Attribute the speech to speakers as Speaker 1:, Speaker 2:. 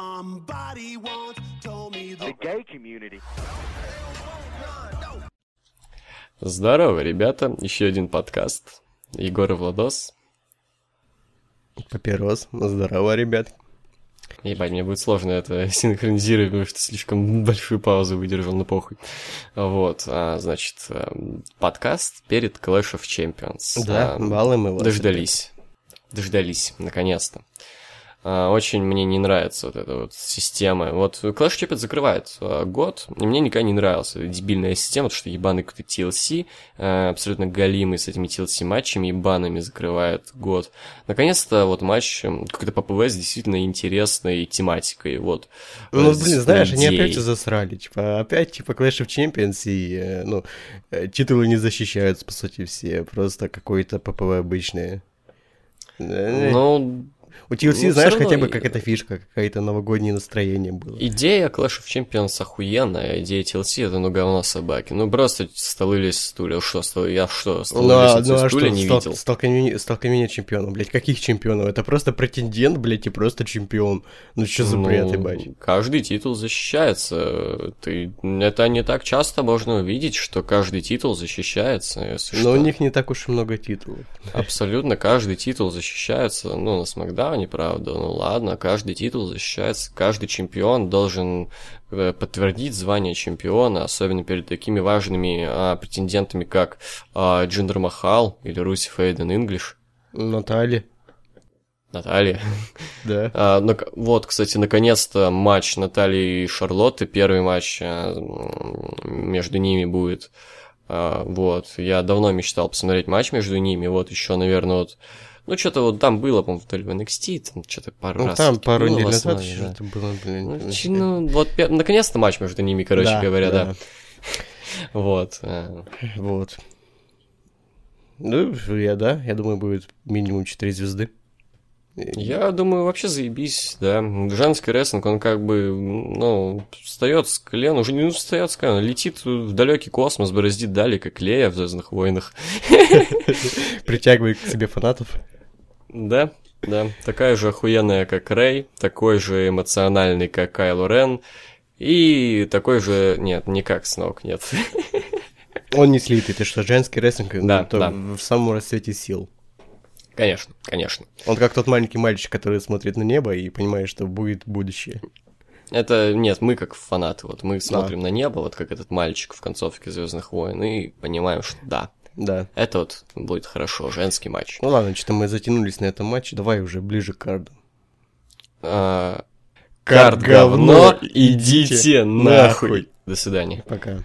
Speaker 1: Somebody once told me the
Speaker 2: gay community.
Speaker 3: Здорово, ребята. Еще один подкаст. Егор и Владос.
Speaker 4: Папирос. Здорово, ребят.
Speaker 3: Ебать, мне будет сложно это синхронизировать, потому что слишком большую паузу выдержал, ну похуй. Вот, а, значит, эм, подкаст перед Clash of Champions.
Speaker 4: Да,
Speaker 3: А,
Speaker 4: баллы мы вас.
Speaker 3: Дождались. Дождались, наконец-то. А, Очень мне не нравится вот эта вот система. Вот Clash Champions закрывает а, год, и мне никогда не нравилась эта дебильная система, что ебаный какой-то TLC, а, абсолютно галимый с этими TLC-матчами, ебаными закрывает год. Наконец-то вот матч м, какой-то по ПВС действительно интересной тематикой, вот.
Speaker 4: Ну,
Speaker 3: Э, с
Speaker 4: блин, знаешь, они
Speaker 3: идеей.
Speaker 4: опять засрали. Типа, опять, типа, Clash of Champions, и, э, ну, э, титулы не защищаются, по сути, все. Просто какой-то ППВ обычные. Э,
Speaker 3: Ну,
Speaker 4: У TLC,
Speaker 3: ну, всё
Speaker 4: знаешь,
Speaker 3: равно
Speaker 4: хотя бы
Speaker 3: и-
Speaker 4: какая-то фишка, какое-то новогоднее настроение было.
Speaker 3: Идея Clash of Champions охуенная, идея TLC это ну говно собаки. Ну просто столы лезть с стулья, что стол- я что, столы
Speaker 4: Ну, а,
Speaker 3: лезть
Speaker 4: ну,
Speaker 3: со
Speaker 4: а
Speaker 3: стулья
Speaker 4: что,
Speaker 3: не
Speaker 4: стал,
Speaker 3: видел?
Speaker 4: столкновение, столкновение чемпионов, блядь, каких чемпионов? Это просто претендент, блядь, и просто чемпион. Ну, что за
Speaker 3: Ну,
Speaker 4: бред, ебать?
Speaker 3: Каждый титул защищается. Ты... Это не так часто можно увидеть, что каждый титул защищается. если
Speaker 4: Но у
Speaker 3: что.
Speaker 4: них не так уж и много титулов.
Speaker 3: Абсолютно каждый титул защищается. Ну, на Смакдауне, правда, ну ладно, каждый титул защищается. Каждый чемпион должен э, подтвердить звание чемпиона, особенно перед такими важными а, претендентами, как а, Джиндер Махал или Руси Фейден Инглиш.
Speaker 4: Наталья,
Speaker 3: Наталья.
Speaker 4: да.
Speaker 3: А, нак- вот, кстати, наконец-то матч Натальи и Шарлотты. Первый матч а, м, между ними будет. А, вот. Я давно мечтал посмотреть матч между ними. Вот еще, наверное, вот. Ну, что-то вот там было, по-моему, то ли в NXT, там что-то пару
Speaker 4: Ну,
Speaker 3: раз.
Speaker 4: там
Speaker 3: было
Speaker 4: пару
Speaker 3: в
Speaker 4: недель назад
Speaker 3: основе, да.
Speaker 4: что-то было, блин.
Speaker 3: Ну, чи- ну, вот, пе- наконец-то матч между ними, короче говоря, да. Вот. а.
Speaker 4: Вот. Ну, я, да, я думаю, будет минимум 4 звезды.
Speaker 3: Я думаю, вообще заебись, да. Женский рестлинг, он как бы, ну, встает с колен, уже не встает с колен, летит в далекий космос, бороздит дали, как Лея в «Звездных войнах».
Speaker 4: Притягивает к себе фанатов.
Speaker 3: Да, да. Такая же охуенная, как Рэй, такой же эмоциональный, как Кайло Рен, и такой же... Нет, не как Снок, нет.
Speaker 4: Он не слитый, ты что, женский рестлинг, ну,
Speaker 3: Да,
Speaker 4: то
Speaker 3: да.
Speaker 4: в самом расцвете сил.
Speaker 3: Конечно, конечно.
Speaker 4: Он как тот маленький мальчик, который смотрит на небо и понимает, что будет будущее.
Speaker 3: Это нет, мы как фанаты, вот мы смотрим на небо, вот как этот мальчик в концовке Звездных войн, и понимаем, что да,
Speaker 4: Да.
Speaker 3: это вот будет хорошо, женский матч.
Speaker 4: Ну ладно, что-то мы затянулись на этом матче, давай уже ближе к карду.
Speaker 3: А,
Speaker 4: Карт
Speaker 3: Карт говно,
Speaker 4: говно,
Speaker 3: идите
Speaker 4: идите
Speaker 3: нахуй.
Speaker 4: нахуй.
Speaker 3: До свидания.
Speaker 4: Пока.